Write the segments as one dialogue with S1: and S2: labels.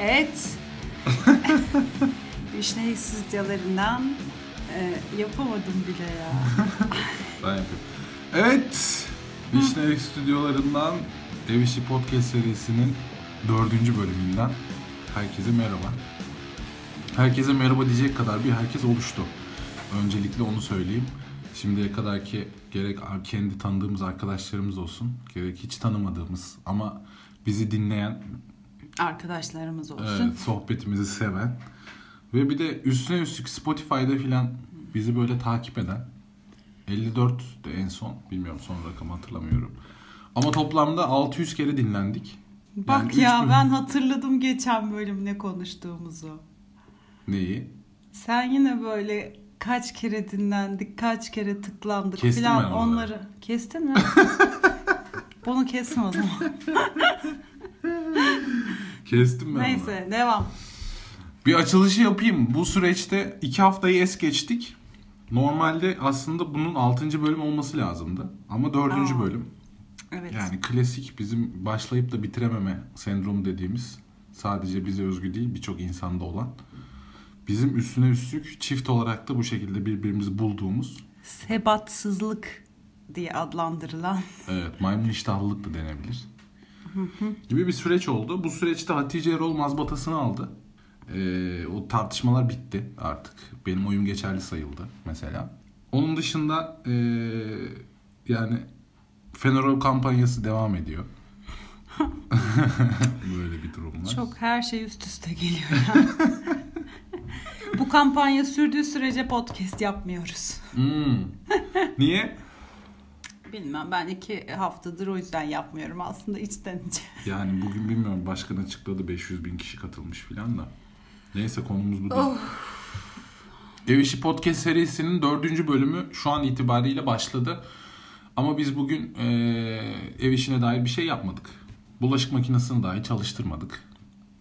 S1: Evet. Vişne eksiltyalarından yapamadım bile ya.
S2: Ben yapıyorum. Evet. Vişne Ek stüdyolarından Ev İşi Podcast serisinin dördüncü bölümünden herkese merhaba. Herkese merhaba diyecek kadar bir herkes oluştu. Öncelikle onu söyleyeyim. Şimdiye kadar ki gerek kendi tanıdığımız arkadaşlarımız olsun, gerek hiç tanımadığımız ama bizi dinleyen,
S1: Arkadaşlarımız olsun.
S2: Evet, sohbetimizi seven ve bir de üstüne üstlük Spotify'da filan bizi böyle takip eden 54 de en son bilmiyorum son rakamı hatırlamıyorum. Ama toplamda 600 kere dinlendik. Yani
S1: Bak
S2: üç
S1: ya
S2: bölüm-
S1: ben hatırladım geçen bölüm ne konuştuğumuzu.
S2: Neyi?
S1: Sen yine böyle kaç kere dinlendik, kaç kere tıklandık
S2: Kestim ben
S1: falan
S2: onları.
S1: onları. Kestin mi? Bunu kesme o zaman.
S2: Kestim ben onu.
S1: Neyse devam.
S2: Bir açılışı yapayım. Bu süreçte 2 haftayı es geçtik. Normalde aslında bunun 6. bölüm olması lazımdı. Ama 4.
S1: Aa.
S2: bölüm.
S1: Evet.
S2: Yani klasik bizim başlayıp da bitirememe sendromu dediğimiz sadece bize özgü değil birçok insanda olan. Bizim üstüne üstlük çift olarak da bu şekilde birbirimizi bulduğumuz
S1: Sebatsızlık diye adlandırılan.
S2: evet, maymun iştahlılık da denebilir. gibi bir süreç oldu. Bu süreçte Hatice Erol mazbatasını aldı. Ee, o tartışmalar bitti artık. Benim oyum geçerli sayıldı mesela. Onun dışında ee, yani Fenerol kampanyası devam ediyor. Böyle bir durum var.
S1: Çok her şey üst üste geliyor ya. Bu kampanya sürdüğü sürece podcast yapmıyoruz.
S2: Hmm. Niye?
S1: Bilmem ben iki haftadır o yüzden yapmıyorum aslında içten içe.
S2: Yani bugün bilmiyorum başkan açıkladı 500 bin kişi katılmış filan da. Neyse konumuz bu değil. Ev İşi Podcast serisinin dördüncü bölümü şu an itibariyle başladı. Ama biz bugün eee, ev işine dair bir şey yapmadık. Bulaşık makinesini dahi çalıştırmadık.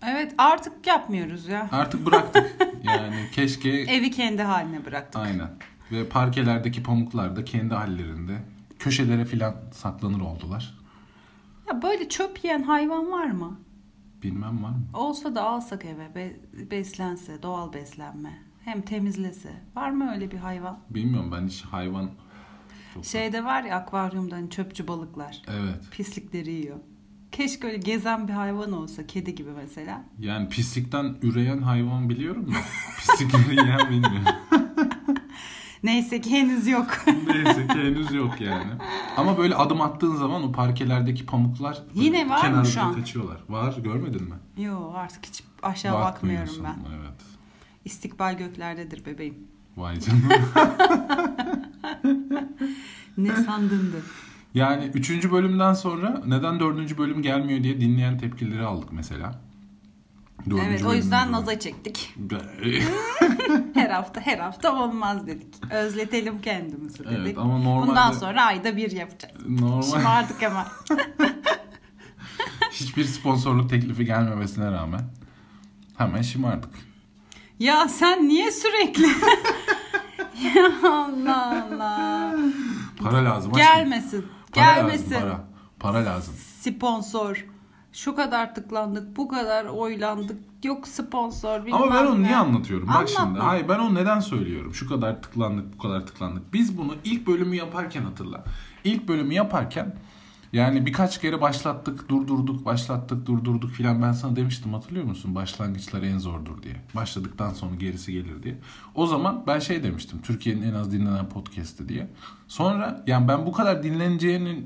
S1: Evet artık yapmıyoruz ya.
S2: Artık bıraktık. yani keşke...
S1: Evi kendi haline bıraktık.
S2: Aynen. Ve parkelerdeki pamuklar da kendi hallerinde köşelere filan saklanır oldular.
S1: Ya böyle çöp yiyen hayvan var mı?
S2: Bilmem var mı?
S1: Olsa da alsak eve be- beslense doğal beslenme. Hem temizlese. Var mı öyle bir hayvan?
S2: Bilmiyorum ben hiç hayvan... Çok-
S1: Şeyde var ya akvaryumda hani çöpçü balıklar.
S2: Evet.
S1: Pislikleri yiyor. Keşke öyle gezen bir hayvan olsa. Kedi gibi mesela.
S2: Yani pislikten üreyen hayvan biliyorum da pislikleri yiyen bilmiyorum.
S1: Neyse ki henüz yok.
S2: Neyse ki henüz yok yani. Ama böyle adım attığın zaman o parkelerdeki pamuklar böyle
S1: Yine var mı
S2: kenarda
S1: şu an?
S2: kaçıyorlar. Var görmedin mi?
S1: Yo artık hiç aşağı
S2: Bakmıyorsun,
S1: bakmıyorum ben.
S2: Evet.
S1: İstikbal göklerdedir bebeğim.
S2: Vay canına.
S1: Ne sandındı?
S2: yani 3. bölümden sonra neden 4. bölüm gelmiyor diye dinleyen tepkileri aldık mesela. Dördüncü
S1: evet o
S2: bölümün
S1: yüzden
S2: diyorum.
S1: naza çektik. Her hafta her hafta olmaz dedik. Özletelim kendimizi dedik.
S2: evet ama normalde
S1: Bundan sonra ayda bir yapacağız.
S2: normal
S1: Şımardık ama.
S2: hiçbir sponsorluk teklifi gelmemesine rağmen hemen şımardık.
S1: Ya sen niye sürekli? ya Allah Allah.
S2: Para lazım. aşkım.
S1: Gelmesin.
S2: Para
S1: gelmesin.
S2: Lazım, para. para lazım.
S1: Sponsor. Şu kadar tıklandık, bu kadar oylandık. Yok sponsor bilmem
S2: Ama ben onu
S1: ne.
S2: niye anlatıyorum? Bak
S1: Anlatma.
S2: şimdi. Hayır ben onu neden söylüyorum? Şu kadar tıklandık, bu kadar tıklandık. Biz bunu ilk bölümü yaparken hatırla. İlk bölümü yaparken yani birkaç kere başlattık, durdurduk, başlattık, durdurduk filan. Ben sana demiştim hatırlıyor musun? Başlangıçları en zordur diye. Başladıktan sonra gerisi gelir diye. O zaman ben şey demiştim. Türkiye'nin en az dinlenen podcast'i diye. Sonra yani ben bu kadar dinleneceğini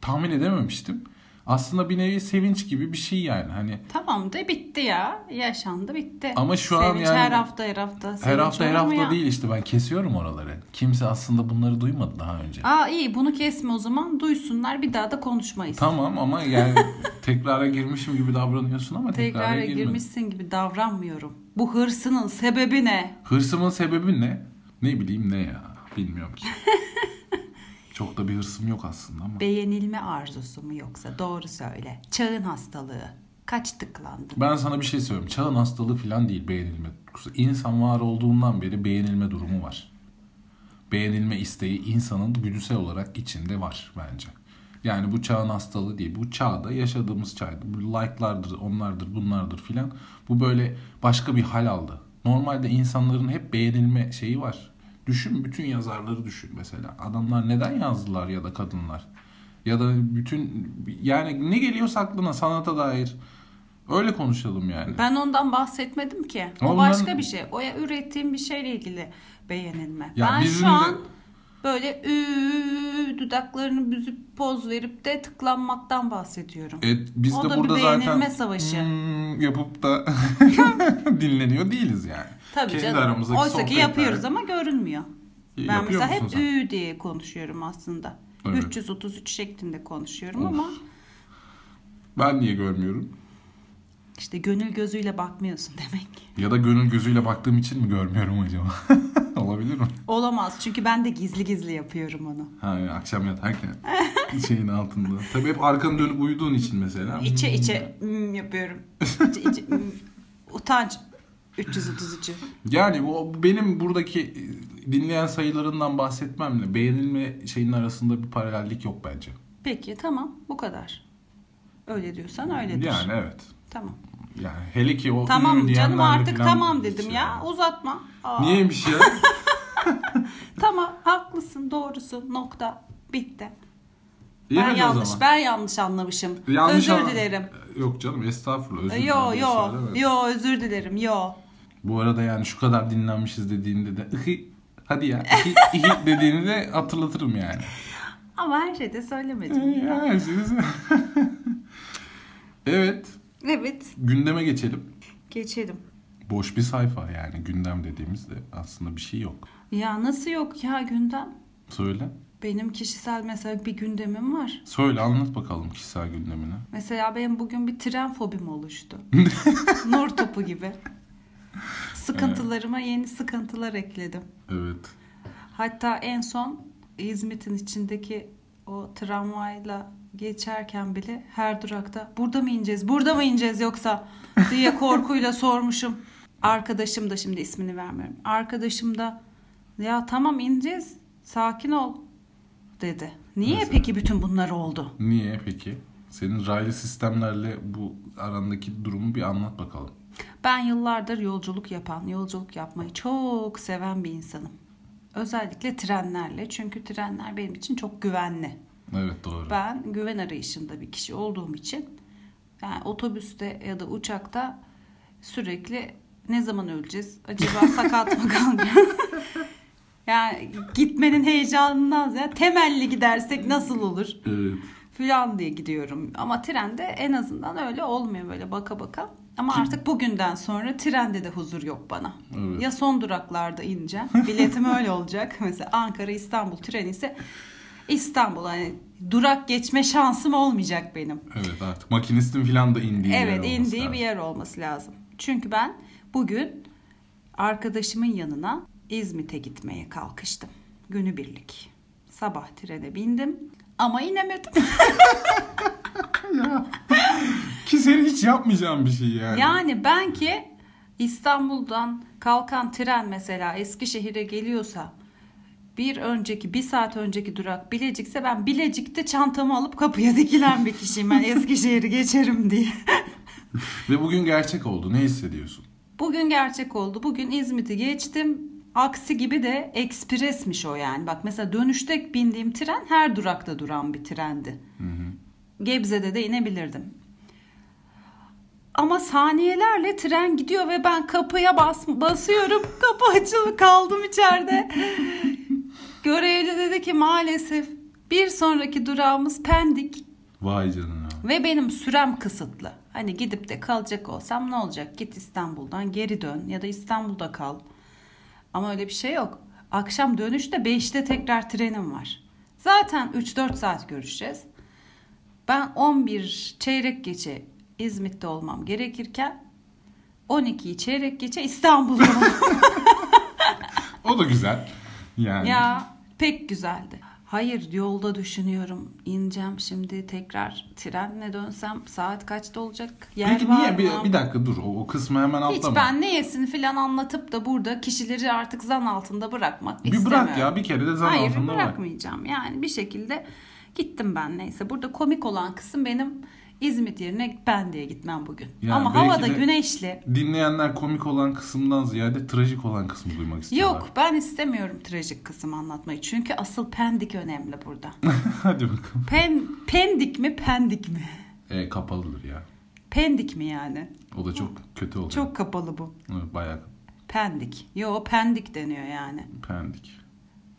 S2: tahmin edememiştim. Aslında bir nevi sevinç gibi bir şey yani. Hani
S1: Tamam da bitti ya. Yaşandı bitti.
S2: Ama şu
S1: Sevinç
S2: an yani-
S1: her hafta her hafta.
S2: Her
S1: Sevinç
S2: hafta her
S1: olur mu
S2: hafta
S1: ya?
S2: değil işte ben kesiyorum oraları. Kimse aslında bunları duymadı daha önce.
S1: Aa iyi bunu kesme o zaman duysunlar bir daha da konuşmayız.
S2: Tamam ama yani tekrara girmişim gibi davranıyorsun ama tekrara,
S1: Tekrara
S2: girmedim.
S1: girmişsin gibi davranmıyorum. Bu hırsının sebebi ne?
S2: Hırsımın sebebi ne? Ne bileyim ne ya bilmiyorum ki. Çok da bir hırsım yok aslında ama.
S1: Beğenilme arzusu mu yoksa doğru söyle. Çağın hastalığı. Kaç tıklandın?
S2: Ben sana bir şey söyleyeyim. Çağın hastalığı falan değil beğenilme. duygusu. İnsan var olduğundan beri beğenilme durumu var. Beğenilme isteği insanın güdüsel olarak içinde var bence. Yani bu çağın hastalığı değil. Bu çağda yaşadığımız çağda. Bu like'lardır, onlardır, bunlardır filan. Bu böyle başka bir hal aldı. Normalde insanların hep beğenilme şeyi var. Düşün bütün yazarları düşün mesela. Adamlar neden yazdılar ya da kadınlar? Ya da bütün yani ne geliyorsa aklına sanata dair öyle konuşalım yani.
S1: Ben ondan bahsetmedim ki.
S2: Ama
S1: o
S2: bunların-
S1: başka bir şey. O ya ürettiğim bir şeyle ilgili beğenilme.
S2: Ya
S1: ben
S2: bizim
S1: şu
S2: de-
S1: an böyle "Üü" dudaklarını büzüp poz verip de tıklanmaktan bahsediyorum.
S2: Evet, E, biz
S1: O
S2: de
S1: da
S2: burada
S1: bir
S2: zaten
S1: beğenilme savaşı.
S2: "Hmm" yapıp da dinleniyor değiliz yani.
S1: Tabii
S2: Kendi
S1: canım.
S2: aramızdaki
S1: Oysa ki
S2: sohbetler-
S1: yapıyoruz ama görünmüyor.
S2: E,
S1: Ben
S2: yapıyor
S1: mesela
S2: musun
S1: hep
S2: sen?
S1: ü diye konuşuyorum aslında.
S2: Evet.
S1: 333 şeklinde konuşuyorum
S2: Of.
S1: ama
S2: Ben niye görmüyorum?
S1: işte gönül gözüyle bakmıyorsun demek ki.
S2: Ya da gönül gözüyle baktığım için mi görmüyorum acaba? Olabilir mi?
S1: Olamaz çünkü ben de gizli gizli yapıyorum onu.
S2: Ha, yani akşam yatarken şeyin altında. Tabii hep arkanı dönüp uyuduğun için mesela. Hmm.
S1: İçe içe "Mm" yapıyorum. İçe içe "Mm". utanç 333'ü.
S2: Yani bu benim buradaki e, dinleyen sayılarından bahsetmemle beğenilme şeyinin arasında bir paralellik yok bence.
S1: Peki tamam bu kadar. Öyle diyorsan öyledir.
S2: Yani evet.
S1: Tamam.
S2: Yani hele ki o "Hmm"
S1: Tamam canım
S2: diyenlerle
S1: artık
S2: falan
S1: tamam dedim
S2: şey
S1: ya. Uzatma. Aa.
S2: Niyeymiş ya?
S1: Tamam haklısın doğrusu nokta bitti.
S2: Yemedi
S1: ben
S2: o
S1: yanlış
S2: zaman.
S1: ben yanlış anlamışım. özür
S2: anla-
S1: dilerim.
S2: Yok canım estağfurullah özür
S1: Yo
S2: dilerim.
S1: yo
S2: Söyleme.
S1: yo özür dilerim yo.
S2: Bu arada yani şu kadar dinlenmişiz dediğinde de ihi hadi ya ihi, ihi dediğini de hatırlatırım yani.
S1: Ama her şeyi de söylemedim.
S2: Ee, Ya, her şeyiniz- evet
S1: evet
S2: gündeme geçelim.
S1: geçelim.
S2: Boş bir sayfa yani gündem dediğimizde aslında bir şey yok.
S1: Ya nasıl yok ya gündem?
S2: Söyle.
S1: Benim kişisel mesela bir gündemim var.
S2: Söyle anlat bakalım kişisel gündemini.
S1: Mesela benim bugün bir tren fobim oluştu. Nur topu gibi. Sıkıntılarıma yeni sıkıntılar ekledim.
S2: Evet.
S1: Hatta en son İzmit'in içindeki o tramvayla geçerken bile her durakta burada mı ineceğiz, burada mı ineceğiz yoksa diye korkuyla sormuşum. Arkadaşım da şimdi ismini vermiyorum. Arkadaşım da ya tamam ineceğiz sakin ol dedi. Niye
S2: Mesela.
S1: peki bütün bunlar oldu?
S2: Niye peki? Senin raylı sistemlerle bu arandaki durumu bir anlat bakalım.
S1: Ben yıllardır yolculuk yapan, yolculuk yapmayı çok seven bir insanım. Özellikle trenlerle çünkü trenler benim için çok güvenli.
S2: Evet doğru.
S1: Ben güven arayışında bir kişi olduğum için yani otobüste ya da uçakta sürekli ne zaman öleceğiz? Acaba sakat mı kalacağız? yani gitmenin heyecanından ziyade temelli gidersek nasıl olur
S2: Evet.
S1: falan diye gidiyorum. Ama trende en azından öyle olmuyor böyle baka baka. Ama
S2: Kim-
S1: artık bugünden sonra trende de huzur yok bana.
S2: Evet.
S1: Ya son duraklarda ineceğim. Biletim öyle olacak. Mesela Ankara İstanbul treni ise İstanbul hani durak geçme şansım olmayacak benim.
S2: Evet artık makinistin filan da indiği yer
S1: evet
S2: olması
S1: indiği
S2: lazım.
S1: bir yer olması lazım. Çünkü ben bugün arkadaşımın yanına İzmit'e gitmeye kalkıştım. Günübirlik. Sabah trene bindim ama inemedim.
S2: Ki senin hiç yapmayacağın bir şey yani.
S1: Yani ben ki İstanbul'dan kalkan tren mesela Eskişehir'e geliyorsa bir önceki bir saat önceki durak Bilecik'se ben Bilecik'te çantamı alıp kapıya dikilen bir kişiyim ben Eskişehir'i geçerim diye.
S2: Ve bugün gerçek oldu. Ne hissediyorsun?
S1: Bugün gerçek oldu. Bugün İzmit'i geçtim. Aksi gibi de ekspresmiş o yani. Bak mesela dönüşte bindiğim tren her durakta duran bir trendi. Gebze'de de inebilirdim. Ama saniyelerle tren gidiyor ve ben kapıya bas, basıyorum. Kapı açılı kaldım içeride. Görevli dedi ki maalesef bir sonraki durağımız Pendik.
S2: Vay canına.
S1: Ve benim sürem kısıtlı. Hani gidip de kalacak olsam ne olacak? Git İstanbul'dan geri dön ya da İstanbul'da kal. Ama öyle bir şey yok. Akşam dönüşte 5'te tekrar trenim var. Zaten 3-4 saat görüşeceğiz. Ben 11 çeyrek geçe İzmit'te olmam gerekirken 12'yi çeyrek geçe İstanbul'da olmam
S2: O da güzel. Yani.
S1: Ya pek güzeldi. Hayır yolda düşünüyorum. İneceğim şimdi tekrar trenle dönsem saat kaçta olacak? Yer
S2: Peki
S1: var
S2: niye?
S1: mı?
S2: Bir, bir dakika dur. O, o kısmı hemen
S1: Hiç
S2: atlama.
S1: ben ne yesin filan anlatıp da burada kişileri artık zan altında bırakmak
S2: bir
S1: istemiyorum.
S2: bırak ya. Bir kere de zan
S1: Hayır
S2: altında bırak.
S1: bırakmayacağım. Yani bir şekilde Gittim ben neyse. Burada komik olan kısım benim İzmit yerine ben diye gitmem bugün.
S2: Yani
S1: Ama
S2: belki
S1: havada
S2: de-
S1: güneşli.
S2: Dinleyenler komik olan kısımdan ziyade trajik olan kısmı duymak istiyorlar.
S1: Yok ben istemiyorum trajik kısım anlatmayı. Çünkü asıl pendik önemli burada.
S2: Hadi bakalım.
S1: Pen, pendik mi pendik mi?
S2: E, kapalıdır ya.
S1: Pendik mi yani?
S2: O da çok kötü oluyor.
S1: Çok kapalı bu.
S2: Evet, Bayağı
S1: Pendik. Yo pendik deniyor yani.
S2: pendik.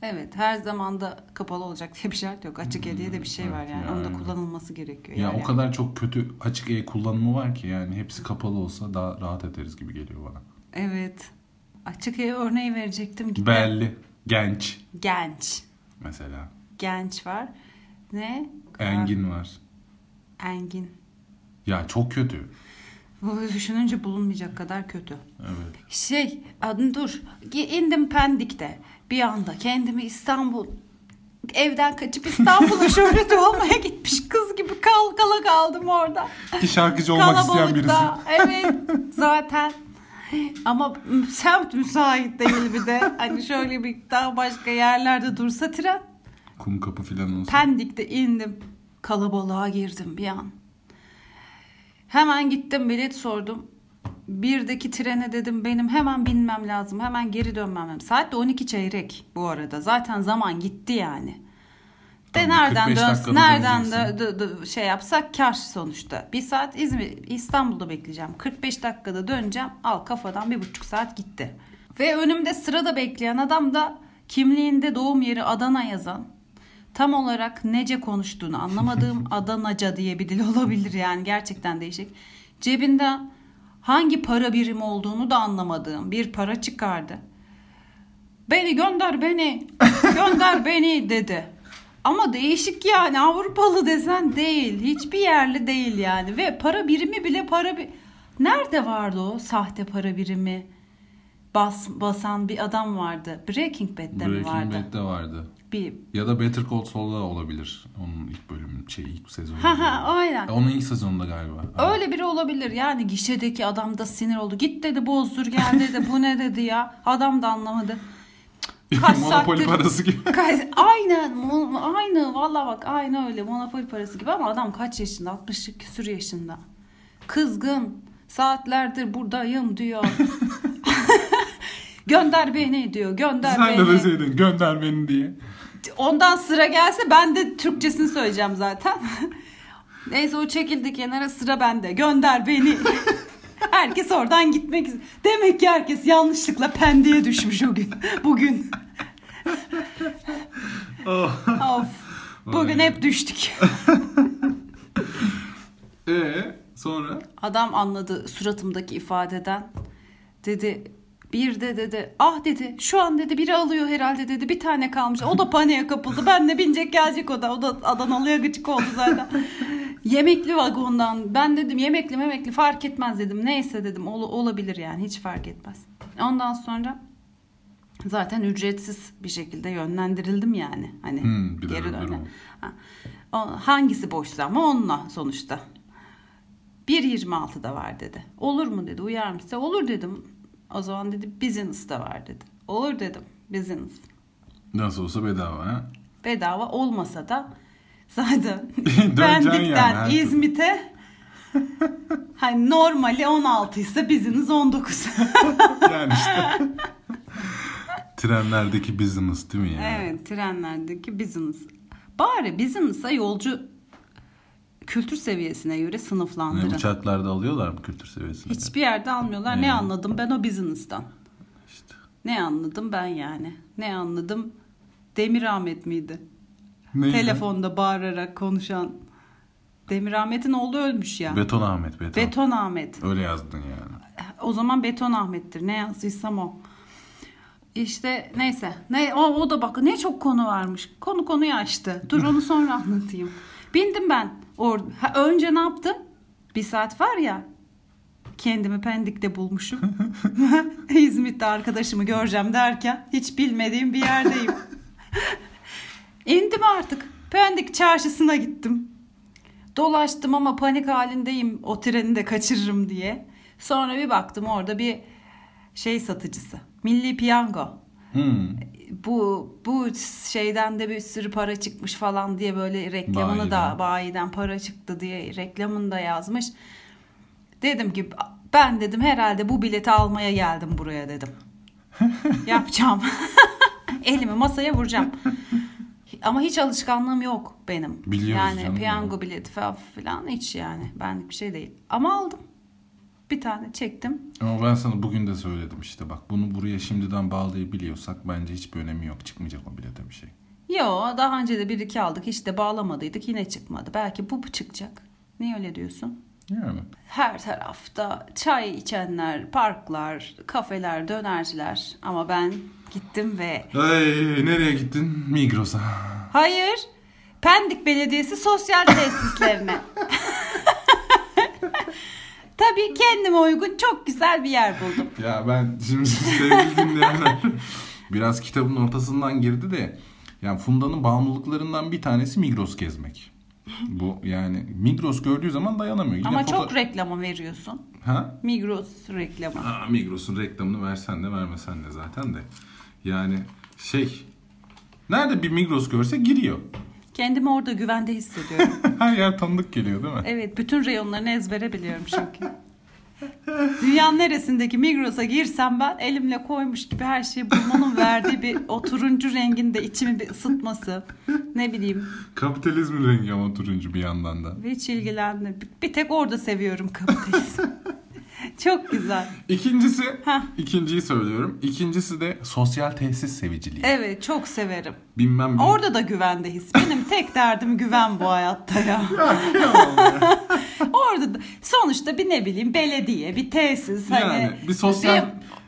S1: Evet her zaman da kapalı olacak diye bir şart yok. Açık
S2: Hmm,
S1: hediye de bir şey var
S2: evet
S1: yani.
S2: ya,
S1: Onun da
S2: aynen.
S1: kullanılması gerekiyor.
S2: Ya
S1: yani.
S2: o kadar çok kötü açık e kullanımı var ki yani hepsi kapalı olsa daha rahat ederiz gibi geliyor bana.
S1: Evet. Açık ev örneği verecektim. Gitti.
S2: Belli, genç
S1: Genç.
S2: mesela.
S1: Genç var. Ne?
S2: Engin var.
S1: Engin.
S2: Ya çok kötü.
S1: Bu düşününce bulunmayacak kadar kötü.
S2: Evet.
S1: Şey, adım dur. Ge- İndim Pendik'te. Bir anda kendimi İstanbul evden kaçıp İstanbul'a şöhreti olmaya gitmiş kız gibi kalkala kaldım orada.
S2: Ki şarkıcı olmak isteyen birisi.
S1: Kalabalıkta. Evet zaten. Ama semt müsait değil bir de. Hani şöyle bir daha başka yerlerde dursa tren.
S2: Kum kapı filan olsun.
S1: Pendik'te indim. Kalabalığa girdim bir an. Hemen gittim bilet sordum. Birdeki trene dedim benim hemen binmem lazım. Hemen geri dönmem lazım. Saat de 12 çeyrek bu arada. Zaten zaman gitti yani. De
S2: Tabii,
S1: nereden
S2: 45
S1: dönsün,
S2: dakikada
S1: nereden de,
S2: döneceksin.
S1: de- de- şey yapsak kar sonuçta. Bir saat İzmir, İstanbul'da bekleyeceğim. 45 dakikada döneceğim. Al kafadan bir buçuk saat gitti. Ve önümde sırada bekleyen adam da kimliğinde doğum yeri Adana yazan. Tam olarak nece konuştuğunu anlamadığım Adanaca diye bir dil olabilir yani gerçekten değişik. Cebinden hangi para birimi olduğunu da anlamadığım bir para çıkardı. Beni gönder beni. Gönder beni dedi. Ama değişik yani Avrupalı desen değil. Hiçbir yerli değil yani. Ve para birimi bile para bir... Nerede vardı o sahte para birimi? Bas, basan bir adam vardı. Breaking Bad'de mi
S2: Breaking
S1: vardı?
S2: Bad'de vardı.
S1: Bir...
S2: Ya da Better Call Saul'da olabilir. Onun ilk bölümü, şey ilk sezonu.
S1: Ha ha aynen.
S2: Onun ilk sezonunda galiba.
S1: Öyle biri olabilir yani gişedeki adam da sinir oldu. Git dedi bozdur gel dedi bu ne dedi ya. Adam da anlamadı. Cık, kaç
S2: Monopoly
S1: saattir-
S2: parası gibi.
S1: Kaç- Aynen mo- aynı valla bak aynı öyle monopoli parası gibi ama adam kaç yaşında 60 küsür yaşında. Kızgın saatlerdir buradayım diyor. gönder beni diyor gönder
S2: Sen de
S1: beni.
S2: deseydin gönder beni diye.
S1: Ondan sıra gelse ben de Türkçesini söyleyeceğim zaten. Neyse o çekildi kenara sıra bende. Gönder beni. herkes oradan gitmek istiyor. Demek ki herkes yanlışlıkla pendeye düşmüş o gün. Bugün.
S2: Oh.
S1: of. Bugün
S2: Vay.
S1: hep düştük.
S2: Ee sonra?
S1: Adam anladı suratımdaki ifadeden. Dedi bir de dedi ah dedi şu an dedi biri alıyor herhalde dedi bir tane kalmış. O da paniğe kapıldı. Ben de binecek gelecek o da. O da Adanalı'ya gıcık oldu zaten. yemekli vagondan ben dedim yemekli memekli fark etmez dedim. Neyse dedim ol- olabilir yani hiç fark etmez. Ondan sonra zaten ücretsiz bir şekilde yönlendirildim yani. Hani
S2: Hmm, bir de
S1: geri
S2: öyle bir
S1: dönem.
S2: durum.
S1: Ha. O- Hangisi boşsa ama onunla sonuçta. 1.26'da var dedi. Olur mu dedi uyar mısın? Olur dedim. O zaman dedi business'da var dedi. Olur dedim business.
S2: Nasıl olsa bedava ha.
S1: Bedava olmasa da zaten
S2: Döneceksin yani
S1: Bendik'ten
S2: her türlü.
S1: İzmit'e hani normali 16 ise business 19.
S2: Yani işte. Trenlerdeki business değil mi yani?
S1: evet trenlerdeki business. Bari business'a yolcu kültür seviyesine göre
S2: Ne,
S1: sınıflandırın.
S2: uçaklarda alıyorlar mı kültür seviyesini?
S1: Hiçbir yerde almıyorlar. Ne
S2: Yani.
S1: anladım ben o business'tan?
S2: İşte.
S1: Ne anladım ben yani? Ne anladım? Demir Ahmet miydi?
S2: Neydi?
S1: Telefonda bağırarak konuşan. Demir Ahmet'in oğlu ölmüş ya.
S2: Beton Ahmet beton.
S1: Beton Ahmet.
S2: Öyle yazdın yani.
S1: O zaman Beton Ahmet'tir. Ne yazdıysam o. İşte neyse. Ne o, o da bak ne çok konu varmış. Konu konuyu açtı. Dur onu sonra anlatayım. Bindim ben. Or ha, önce ne yaptım? Bir saat var ya. Kendimi Pendik'te bulmuşum. İzmit'te arkadaşımı göreceğim derken hiç bilmediğim bir yerdeyim. İndim artık. Pendik çarşısına gittim. Dolaştım ama panik halindeyim o treni de kaçırırım diye. Sonra bir baktım orada bir şey satıcısı. Milli Piyango.
S2: Hmm.
S1: bu bu şeyden de bir sürü para çıkmış falan diye böyle reklamını
S2: Bayiden.
S1: da bayiden para çıktı diye reklamını da yazmış. Dedim ki ben dedim herhalde bu bileti almaya geldim buraya dedim. Yapacağım. Elimi masaya vuracağım. Ama hiç alışkanlığım yok benim.
S2: Biliyoruz
S1: yani
S2: canım
S1: piyango
S2: ya.
S1: bileti falan filan hiç yani benlik bir şey değil. Ama aldım. Bir tane çektim.
S2: Ama ben sana bugün de söyledim işte bak bunu buraya şimdiden bağlayabiliyorsak bence hiçbir önemi yok. Çıkmayacak o bilete bir şey.
S1: Yo daha önce de bir iki aldık hiç de bağlamadıydık yine çıkmadı. Belki bu çıkacak. Niye öyle diyorsun?
S2: Yani.
S1: Her tarafta çay içenler, parklar, kafeler, dönerciler ama ben gittim ve
S2: Ay, nereye gittin? Migros'a.
S1: hayır Pendik Belediyesi sosyal tesislerine. Tabii kendime uygun çok güzel bir yer buldum.
S2: Ya ben şimdi sevgili dinleyenler biraz kitabın ortasından girdi de yani Funda'nın bağımlılıklarından bir tanesi Migros gezmek. Bu yani Migros gördüğü zaman dayanamıyor. Yine
S1: Ama
S2: foto-
S1: çok reklama veriyorsun.
S2: ha?
S1: Migros reklamı.
S2: Ha, Migros'un reklamını versen de vermesen de zaten de. Yani şey nerede bir Migros görse giriyor.
S1: Kendimi orada güvende hissediyorum.
S2: Her yer tanıdık geliyor değil mi?
S1: Evet bütün reyonlarını ezbere biliyorum çünkü. Dünyanın neresindeki Migros'a girsem ben elimle koymuş gibi her şeyi bulmanın verdiği bir o turuncu rengin de içimi bir ısıtması. Ne bileyim
S2: Kapitalizmin rengi ama turuncu bir yandan da.
S1: hiç ilgilendim. Bir tek orada seviyorum kapitalizmi. Çok güzel.
S2: İkincisi,
S1: Heh.
S2: ikinciyi söylüyorum. İkincisi de sosyal tesis seviciliği.
S1: Evet çok severim.
S2: Bilmem ne.
S1: E, Orada da güvende his. Benim tek derdim güven bu hayatta ya. Orada da sonuçta bir ne bileyim belediye, bir tesis.
S2: Yani
S1: hani
S2: bir sosyal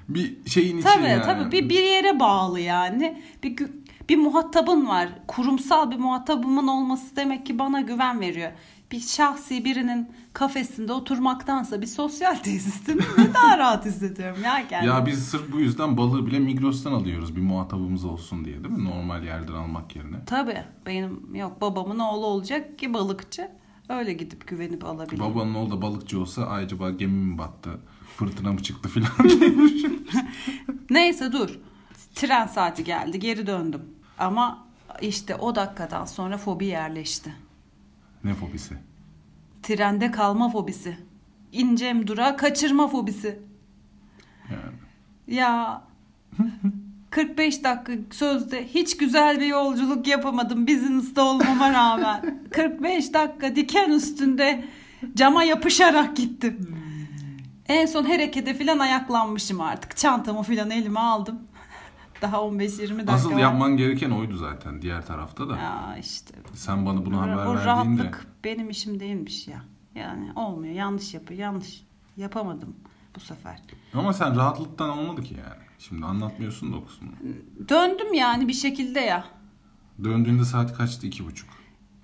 S2: bir şeyin içi
S1: Tabii
S2: yani.
S1: tabii bir, bir yere bağlı yani. Bir, gü- bir muhatabın var. Kurumsal bir muhatabımın olması demek ki bana güven veriyor. Bir şahsi birinin kafesinde oturmaktansa bir sosyal tesiste mi daha rahat hissediyorum ya kendimi.
S2: Ya biz sırf bu yüzden balığı bile Migros'tan alıyoruz bir muhatabımız olsun diye değil mi? Normal yerden almak yerine.
S1: Tabii benim yok babamın oğlu olacak ki balıkçı. Öyle gidip güvenip alabilir.
S2: Babanın oğlu da balıkçı olsa "Ay, acaba gemi mi battı? Fırtına mı çıktı filan diye düşün.
S1: Neyse dur. Tren saati geldi geri döndüm. Ama işte o dakikadan sonra fobi yerleşti.
S2: Ne fobisi?
S1: Trende kalma fobisi. İneceğim durağı kaçırma fobisi.
S2: Yani.
S1: Ya 45 dakika sözde hiç güzel bir yolculuk yapamadım business'ta olmama rağmen. 45 dakika diken üstünde cama yapışarak gittim. En son harekete filan ayaklanmışım artık. Çantamı filan elime aldım. Daha 15-20 dakika
S2: Asıl
S1: var.
S2: yapman gereken oydu zaten diğer tarafta da.
S1: Ya işte
S2: Sen bana bunu haber
S1: o
S2: verdiğinde
S1: rahatlık benim işim değilmiş ya. Yani olmuyor. Yanlış yapıyor. Yanlış. Yapamadım bu sefer.
S2: ama sen rahatlıktan olmadı ki yani. Şimdi anlatmıyorsun da o kısmını.
S1: Döndüm yani bir şekilde ya.
S2: Döndüğünde saat kaçtı? İki buçuk.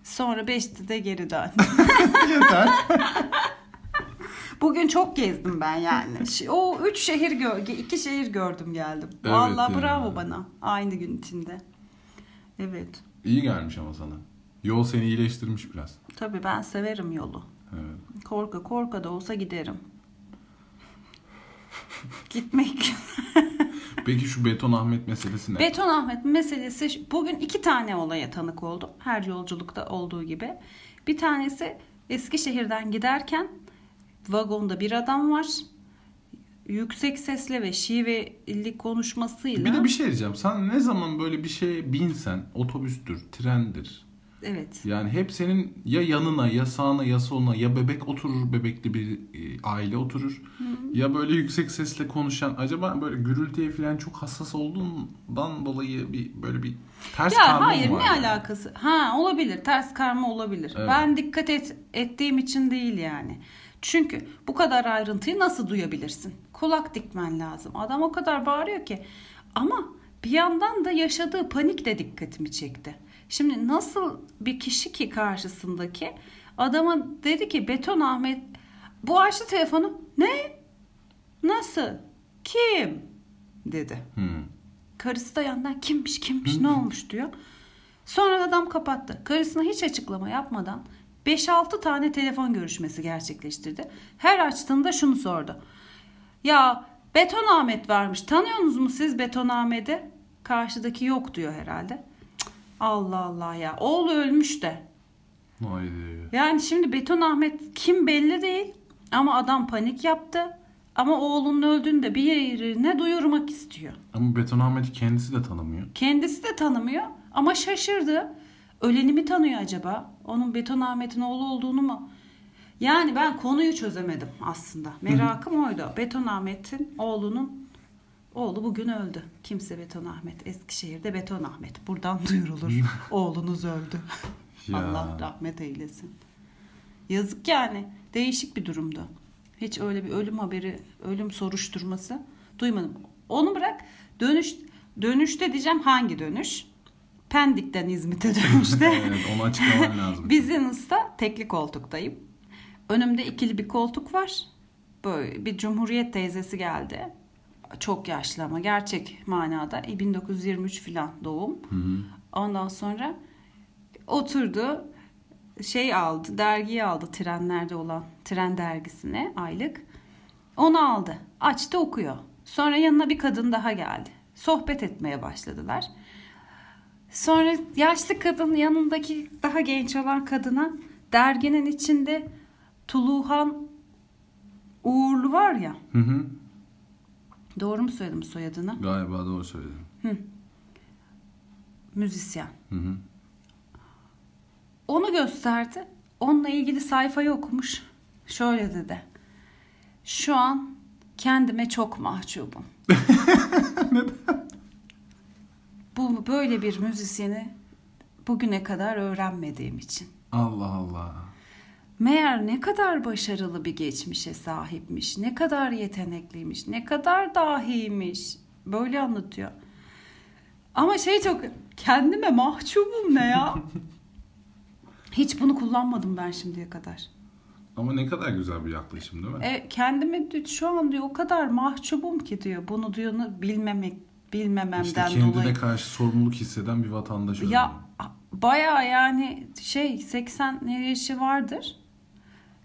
S1: Sonra 5'te de geri dön.
S2: Yeter.
S1: Bugün çok gezdim ben yani. Ş- O üç şehir gö- iki şehir gördüm geldim.
S2: Evet
S1: Vallahi
S2: ya.
S1: bravo bana. Aynı gün içinde. Evet.
S2: İyi gelmiş ama sana. Yol seni iyileştirmiş biraz.
S1: Tabii ben severim yolu.
S2: Evet.
S1: Korka korka da olsa giderim. Gitmek.
S2: Peki şu beton Ahmet meselesi ne?
S1: Beton Ahmet meselesi ş- bugün iki tane olaya tanık oldum. Her yolculukta olduğu gibi. Bir tanesi Eskişehir'den giderken vagonda bir adam var. Yüksek sesle ve şivelik konuşmasıyla.
S2: bir de bir şey diyeceğim. Sen ne zaman böyle bir şeye binsen otobüstür, trendir.
S1: Evet.
S2: Yani hep senin ya yanına ya sağına ya soluna ya bebek oturur bebekli bir e, aile oturur. Ya böyle yüksek sesle konuşan acaba böyle gürültüye falan çok hassas olduğundan dolayı bir böyle bir ters
S1: Ya
S2: karma mı
S1: hayır ne
S2: var yani?
S1: alakası? Ha olabilir. Ters karma olabilir.
S2: Evet.
S1: Ben dikkat et, ettiğim için değil yani. Çünkü bu kadar ayrıntıyı nasıl duyabilirsin? Kulak dikmen lazım. Adam o kadar bağırıyor ki. Ama bir yandan da yaşadığı panik de dikkatimi çekti. Şimdi nasıl bir kişi ki karşısındaki adama dedi ki Beton Ahmet bu açtı telefonu. Ne? Nasıl? Kim? dedi.
S2: Hmm.
S1: Karısı da yandan kimmiş kimmiş ne olmuş diyor. Sonra adam kapattı. Karısına hiç açıklama yapmadan 5-6 tane telefon görüşmesi gerçekleştirdi. Her açtığında şunu sordu. Ya Beton Ahmet varmış. Tanıyorsunuz mu siz Beton Ahmet'i? Karşıdaki yok diyor herhalde. Cık, Allah Allah ya. Oğlu ölmüş de.
S2: Haydi.
S1: Yani şimdi Beton Ahmet kim belli değil ama adam panik yaptı. Ama oğlunun öldüğünü de bir yerine duyurmak istiyor.
S2: Ama Beton Ahmet'i kendisi de tanımıyor.
S1: Kendisi de tanımıyor ama şaşırdı. Öleni mi tanıyor acaba? Onun Beton Ahmet'in oğlu olduğunu mu? Yani ben konuyu çözemedim aslında. Merakım oydu. Beton Ahmet'in oğlunun oğlu bugün öldü. Kimse Beton Ahmet. Eskişehir'de Beton Ahmet. Buradan duyurulur. Oğlunuz öldü.
S2: Ya.
S1: Allah rahmet eylesin. Yazık yani. Değişik bir durumdu. Hiç öyle bir ölüm haberi, ölüm soruşturması duymadım. Onu bırak. Dönüş dönüşte diyeceğim hangi dönüş? Pendik'ten İzmit'e dönüşte.
S2: Evet, onu açıklaman lazım.
S1: Business'ta tekli koltuktayım. Önümde ikili bir koltuk var. Böyle bir Cumhuriyet teyzesi geldi. Çok yaşlı ama gerçek manada. E, 1923 filan doğum. Ondan sonra oturdu. Şey aldı, dergiyi aldı trenlerde olan tren dergisine aylık. Onu aldı. Açtı okuyor. Sonra yanına bir kadın daha geldi. Sohbet etmeye başladılar. Sonra yaşlı kadın yanındaki daha genç olan kadına derginin içinde Tuluhan Uğurlu var ya.
S2: Hı hı.
S1: Doğru mu söyledim soyadını?
S2: Galiba doğru söyledim.
S1: Müzisyen.
S2: Hı hı.
S1: Onu gösterdi. Onunla ilgili sayfayı okumuş. Şöyle dedi. Şu an kendime çok mahcubum. Bu böyle bir müzisyeni bugüne kadar öğrenmediğim için.
S2: Allah Allah.
S1: Meğer ne kadar başarılı bir geçmişe sahipmiş, ne kadar yetenekliymiş, ne kadar dahiymiş. Böyle anlatıyor. Ama şey çok kendime mahcubum ne ya? Hiç bunu kullanmadım ben şimdiye kadar.
S2: Ama ne kadar güzel bir yaklaşım değil mi?
S1: E, kendimi diyor, şu an diyor o kadar mahcubum ki diyor. Bunu diyor bilmemek bilmememden
S2: işte kendine
S1: dolayı.
S2: karşı sorumluluk hisseden bir vatandaş
S1: Ya
S2: örneği.
S1: baya yani şey 80 yaşı vardır.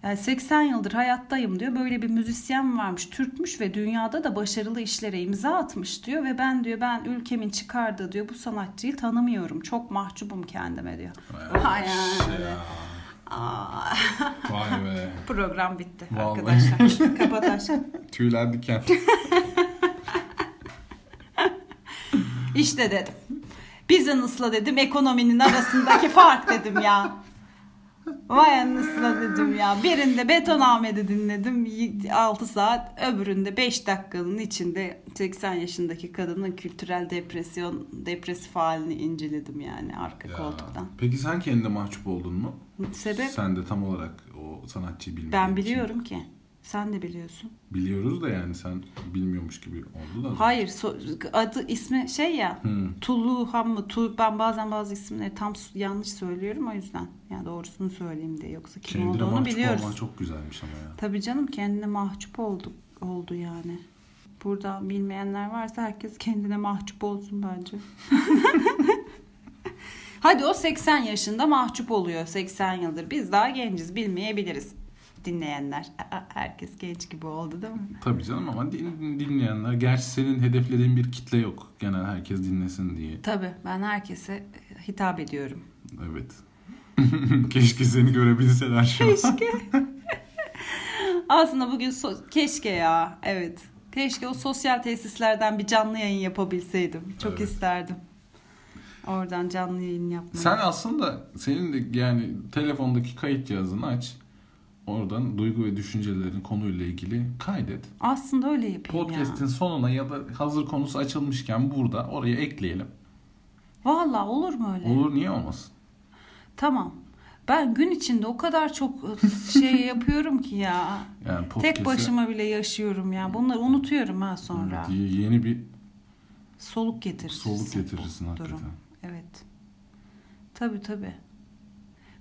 S1: Yani 80 yıldır hayattayım diyor. Böyle bir müzisyen varmış, Türkmüş ve dünyada da başarılı işlere imza atmış diyor ve ben diyor ben ülkemin çıkardığı diyor bu sanatçıyı tanımıyorum. Çok mahcubum kendime diyor. Vay
S2: Vay
S1: yani.
S2: Şey ya.
S1: Aa,
S2: Vay be.
S1: program bitti
S2: Vallahi.
S1: arkadaşlar. Kapat aşkım.
S2: Tüyler diken.
S1: İşte dedim. Business'la dedim ekonominin arasındaki fark dedim ya. Vay anasına dedim ya. Birinde Beton Ahmet'i dinledim 6 saat. Öbüründe 5 dakikanın içinde 80 yaşındaki kadının kültürel depresyon, depresif halini inceledim yani arka
S2: Ya.
S1: koltuktan.
S2: Peki sen kendine mahcup oldun mu?
S1: Sebep
S2: Sen de tam olarak o sanatçıyı bilmediğin
S1: ben
S2: için.
S1: biliyorum ki. Sen de biliyorsun.
S2: Biliyoruz da yani sen bilmiyormuş gibi oldu da.
S1: Hayır so- adı ismi şey ya
S2: Hmm.
S1: Tuluhan mı Tu- ben bazen bazı isimleri tam s- yanlış söylüyorum o yüzden yani doğrusunu söyleyeyim diye yoksa kim
S2: Kendine
S1: olduğunu
S2: mahcup
S1: biliyoruz.
S2: olman çok güzelmiş ama ya.
S1: Tabii canım kendine mahcup oldu oldu yani. Burada bilmeyenler varsa herkes kendine mahcup olsun bence. Hadi o 80 yaşında mahcup oluyor 80 yıldır. Biz daha genciz bilmeyebiliriz dinleyenler. Aa, herkes genç gibi oldu değil mi?
S2: Tabii canım ama din- dinleyenler. Gerçi senin hedeflediğin bir kitle yok. Genel herkes dinlesin diye.
S1: Tabii ben herkese e, hitap ediyorum.
S2: Evet. Keşke seni görebilseler şu an.
S1: Keşke. Aslında bugün so- keşke ya. Evet. Keşke o sosyal tesislerden bir canlı yayın yapabilseydim. Çok
S2: Evet.
S1: isterdim. Oradan canlı yayın yapmayı.
S2: Sen aslında senin de yani telefondaki kayıt cihazını aç. Oradan duygu ve düşüncelerini konuyla ilgili kaydet.
S1: Aslında öyle yapayım
S2: Podcast'in
S1: ya.
S2: sonuna ya da hazır konusu açılmışken burada oraya ekleyelim.
S1: Valla olur mu öyle?
S2: Olur niye olmasın?
S1: Tamam. Ben gün içinde o kadar çok şey yapıyorum ki ya.
S2: Yani
S1: Tek başıma bile yaşıyorum ya. Bunları unutuyorum ha sonra.
S2: Evet, y- yeni bir
S1: Soluk getirir.
S2: soluk getirirsin hakikaten.
S1: durum. Evet. Tabi tabi.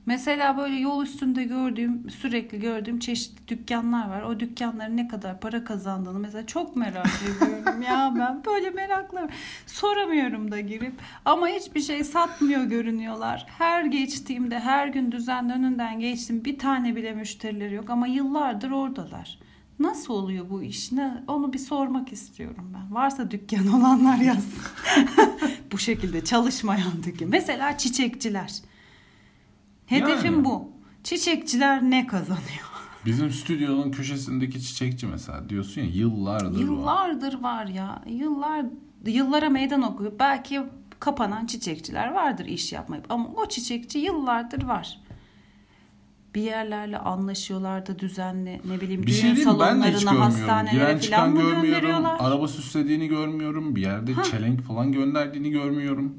S1: Mesela böyle yol üstünde gördüğüm, sürekli gördüğüm çeşitli dükkanlar var. O dükkanların ne kadar para kazandığını mesela çok merak ediyorum ya ben. Böyle merakla soramıyorum da girip. Ama hiçbir şey satmıyor görünüyorlar. Her geçtiğimde, her gün düzenli önünden geçtim. Bir tane bile müşterileri yok ama yıllardır oradalar. Nasıl oluyor bu iş? Ne? Onu bir sormak istiyorum ben. Varsa dükkan olanlar yazsın. bu şekilde çalışmayan tekim. Mesela çiçekçiler. Hedefim
S2: Yani.
S1: bu. Çiçekçiler ne kazanıyor?
S2: Bizim stüdyonun köşesindeki çiçekçi mesela diyorsun ya yıllardır o.
S1: Yıllardır var ya. Yıllar yıllara meydan okuyup belki kapanan çiçekçiler vardır iş yapmayıp ama o çiçekçi yıllardır var. Bir yerlerle anlaşıyorlar da düzenli ne bileyim
S2: Bir şey
S1: düğün
S2: diyeyim mi? ben de hiç
S1: salonlarına,
S2: görmüyorum.
S1: hastanelere
S2: Giren
S1: falan
S2: çıkan
S1: mı
S2: görmüyorum.
S1: gönderiyorlar?
S2: Araba süslediğini görmüyorum. Bir yerde çelenk falan gönderdiğini görmüyorum.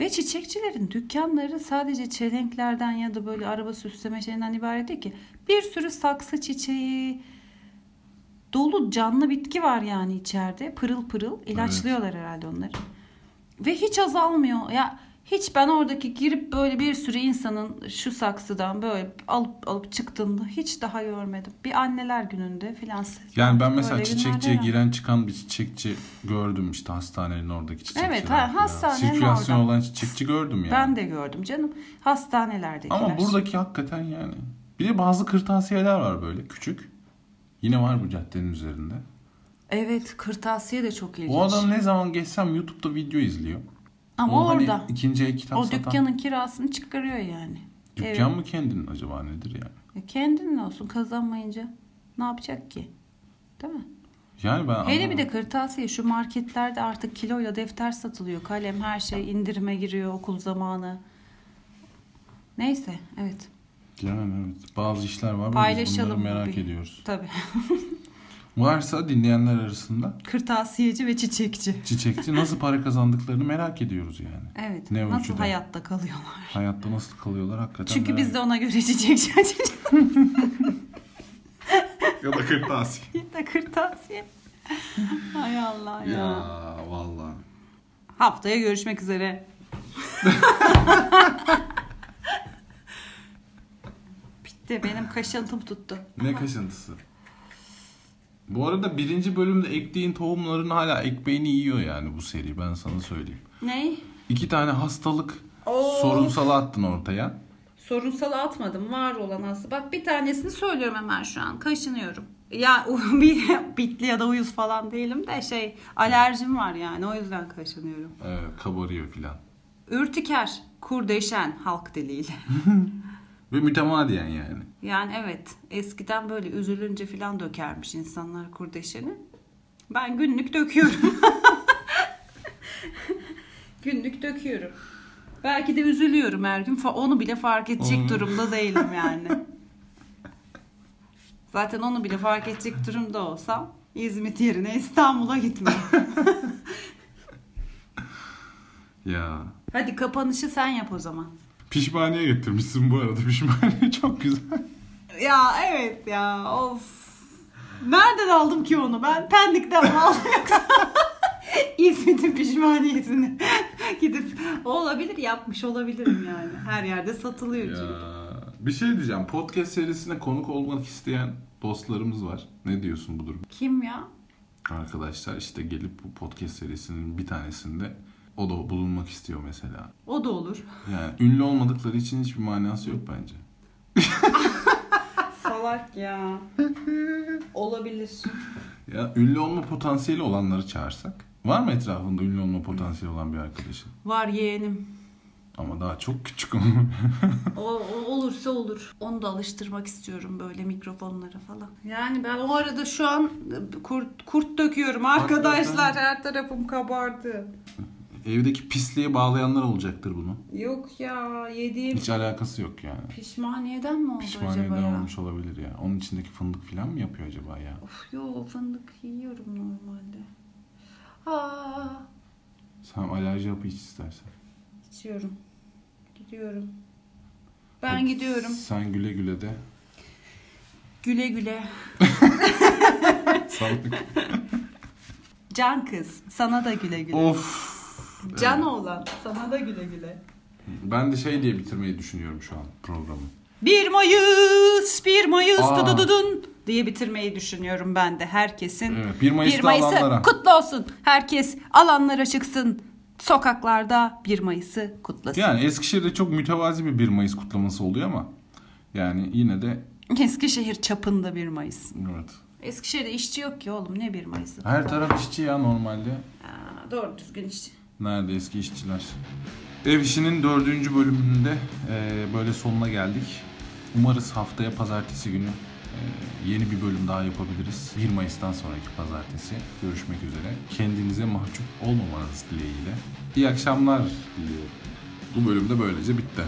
S1: Ve çiçekçilerin dükkanları sadece çelenklerden ya da böyle araba süsleme şeyinden ibaret değil ki. Bir sürü saksı çiçeği, dolu canlı bitki var yani içeride. Pırıl pırıl ilaçlıyorlar herhalde onları. Ve hiç azalmıyor. Ya hiç ben oradaki girip böyle bir sürü insanın şu saksıdan böyle alıp alıp çıktığını hiç daha görmedim. Bir anneler gününde filan.
S2: Yani ben mesela
S1: Öyle günlerde
S2: çiçekçiye
S1: yani.
S2: giren çıkan bir çiçekçi gördüm işte hastanenin oradaki çiçekçiler.
S1: Evet, ha,
S2: falan.
S1: hastanenin
S2: Sirkülasyon
S1: orada.
S2: olan çiçekçi gördüm yani.
S1: Ben de gördüm canım. şey. Hastanelerdekiler.
S2: Ama buradaki hakikaten yani. Bir de bazı kırtasiyeler var böyle küçük. Yine var bu caddenin üzerinde.
S1: Evet kırtasiye de çok ilginç.
S2: O adam ne zaman geçsem YouTube'da video izliyor.
S1: Ama
S2: o
S1: orada.
S2: Hani ikinci el kitap
S1: O
S2: satan.
S1: dükkanın kirasını çıkarıyor yani.
S2: Dükkan mı kendinin acaba nedir yani?
S1: E, Kendinin olsun kazanmayınca ne yapacak ki? Değil mi?
S2: Yani ben
S1: Hele bir
S2: anlamadım.
S1: de kırtasiye şu marketlerde artık kiloyla defter satılıyor. Kalem her şey indirime giriyor okul zamanı. Neyse evet
S2: Yani evet. Bazı işler var. mı? Biz bunları
S1: paylaşalım.
S2: merak
S1: bu bir-
S2: ediyoruz.
S1: Tabii.
S2: Varsa dinleyenler arasında
S1: Kırtasiyeci ve çiçekçi.
S2: çiçekçi nasıl para kazandıklarını merak ediyoruz yani.
S1: Evet.
S2: Ne
S1: nasıl
S2: ölçüde?
S1: hayatta kalıyorlar?
S2: Hayatta nasıl kalıyorlar hakikaten
S1: Çünkü
S2: merak
S1: biz de ona göre çiçekçi.
S2: ediyorum. Ya da kırtasiye.
S1: de kırtasiye. Hay Allah
S2: ya
S1: ya.
S2: valla.
S1: Haftaya görüşmek üzere. Bitti benim kaşıntım tuttu.
S2: Ne kaşıntısı. Bu arada birinci bölümde ektiğin tohumların hala ekmeğini yiyor yani bu seri ben sana söyleyeyim.
S1: Ney?
S2: İki tane hastalık
S1: Oo.
S2: sorunsalı attın ortaya.
S1: Sorunsalı atmadım var olan aslında. Bak bir tanesini söylüyorum hemen şu an kaşınıyorum. Ya bir bitli ya da uyuz falan değilim de şey alerjim var yani o yüzden kaşınıyorum.
S2: Ee, kabarıyor filan.
S1: Ürtiker, kurdeşen halk diliyle.
S2: Ve mütemadiyen yani.
S1: Yani evet eskiden böyle üzülünce falan dökermiş insanlar kurdeşeni. Ben günlük döküyorum. günlük döküyorum. Belki de üzülüyorum her gün. Fa- Onu bile fark edecek
S2: Onu-
S1: durumda değilim yani. Zaten onu bile fark edecek durumda olsam İzmit yerine İstanbul'a gitmem.
S2: Ya.
S1: Hadi kapanışı sen yap o zaman.
S2: Pişmaniye getirmişsin bu arada. Pişmaniye çok güzel.
S1: Ya evet ya of. Nereden aldım ki onu ben? Pendik'ten mi aldım yoksa? İzmit'in pişmaniyesini gidip olabilir yapmış olabilirim yani. Her yerde satılıyor çünkü.
S2: Bir şey diyeceğim. Podcast serisine konuk olmak isteyen dostlarımız var. Ne diyorsun bu durum?
S1: Kim ya?
S2: Arkadaşlar işte gelip bu podcast serisinin bir tanesinde o da bulunmak istiyor mesela.
S1: O da olur.
S2: Yani ünlü olmadıkları için hiçbir manası yok bence.
S1: Salak ya. Olabilir.
S2: Ya ünlü olma potansiyeli olanları çağırsak. Var mı etrafında ünlü olma potansiyeli olan bir arkadaşın?
S1: Var yeğenim.
S2: Ama daha çok küçük
S1: O, o olursa olur. Onu da alıştırmak istiyorum böyle mikrofonlara falan. Yani ben o arada şu an kurt, kurt döküyorum arkadaşlar. Her tarafım kabardı.
S2: Evdeki pisliğe bağlayanlar olacaktır bunu.
S1: Yok ya yediğim
S2: Hiç alakası yok yani.
S1: pişmaniyeden mi oldu acaba
S2: Pişmaniyeden
S1: ya?
S2: olmuş olabilir ya. Onun içindeki fındık falan mı yapıyor acaba ya?
S1: Of yo fındık yiyorum normalde. Aa,
S2: Sen alerji hapı iç istersen.
S1: içiyorum. Gidiyorum. Ben
S2: Hadi
S1: gidiyorum.
S2: Sen güle güle de.
S1: Güle güle.
S2: Sağlık.
S1: Can kız sana da güle güle.
S2: of.
S1: Can oğlan sana da güle güle.
S2: Ben de şey diye bitirmeyi düşünüyorum şu an programı.
S1: 1 Mayıs, 1 Mayıs
S2: Aa.
S1: dudududun diye bitirmeyi düşünüyorum ben de. Herkesin
S2: Evet, 1 Hmm. Mayıs'ta
S1: 1 Mayıs'ı
S2: alanlara.
S1: kutlu olsun. Herkes alanlara çıksın. Sokaklarda 1 Mayıs'ı kutlasın.
S2: Yani Eskişehir'de çok mütevazi bir 1 Mayıs kutlaması oluyor ama yani yine de
S1: Eskişehir çapında 1 Mayıs.
S2: evet.
S1: Eskişehir'de işçi yok ki oğlum ne 1 Mayıs'ı?
S2: Her taraf işçi ya normalde.
S1: Aa, doğru düzgün işçi.
S2: Nerede eski işçiler? Ev işinin dördüncü bölümünde e, böyle sonuna geldik. Umarız haftaya pazartesi günü e, yeni bir bölüm daha yapabiliriz. 1 Mayıs'tan sonraki pazartesi görüşmek üzere. Kendinize mahcup olmamanız dileğiyle. İyi akşamlar diliyorum. Bu bölümde böylece bitti.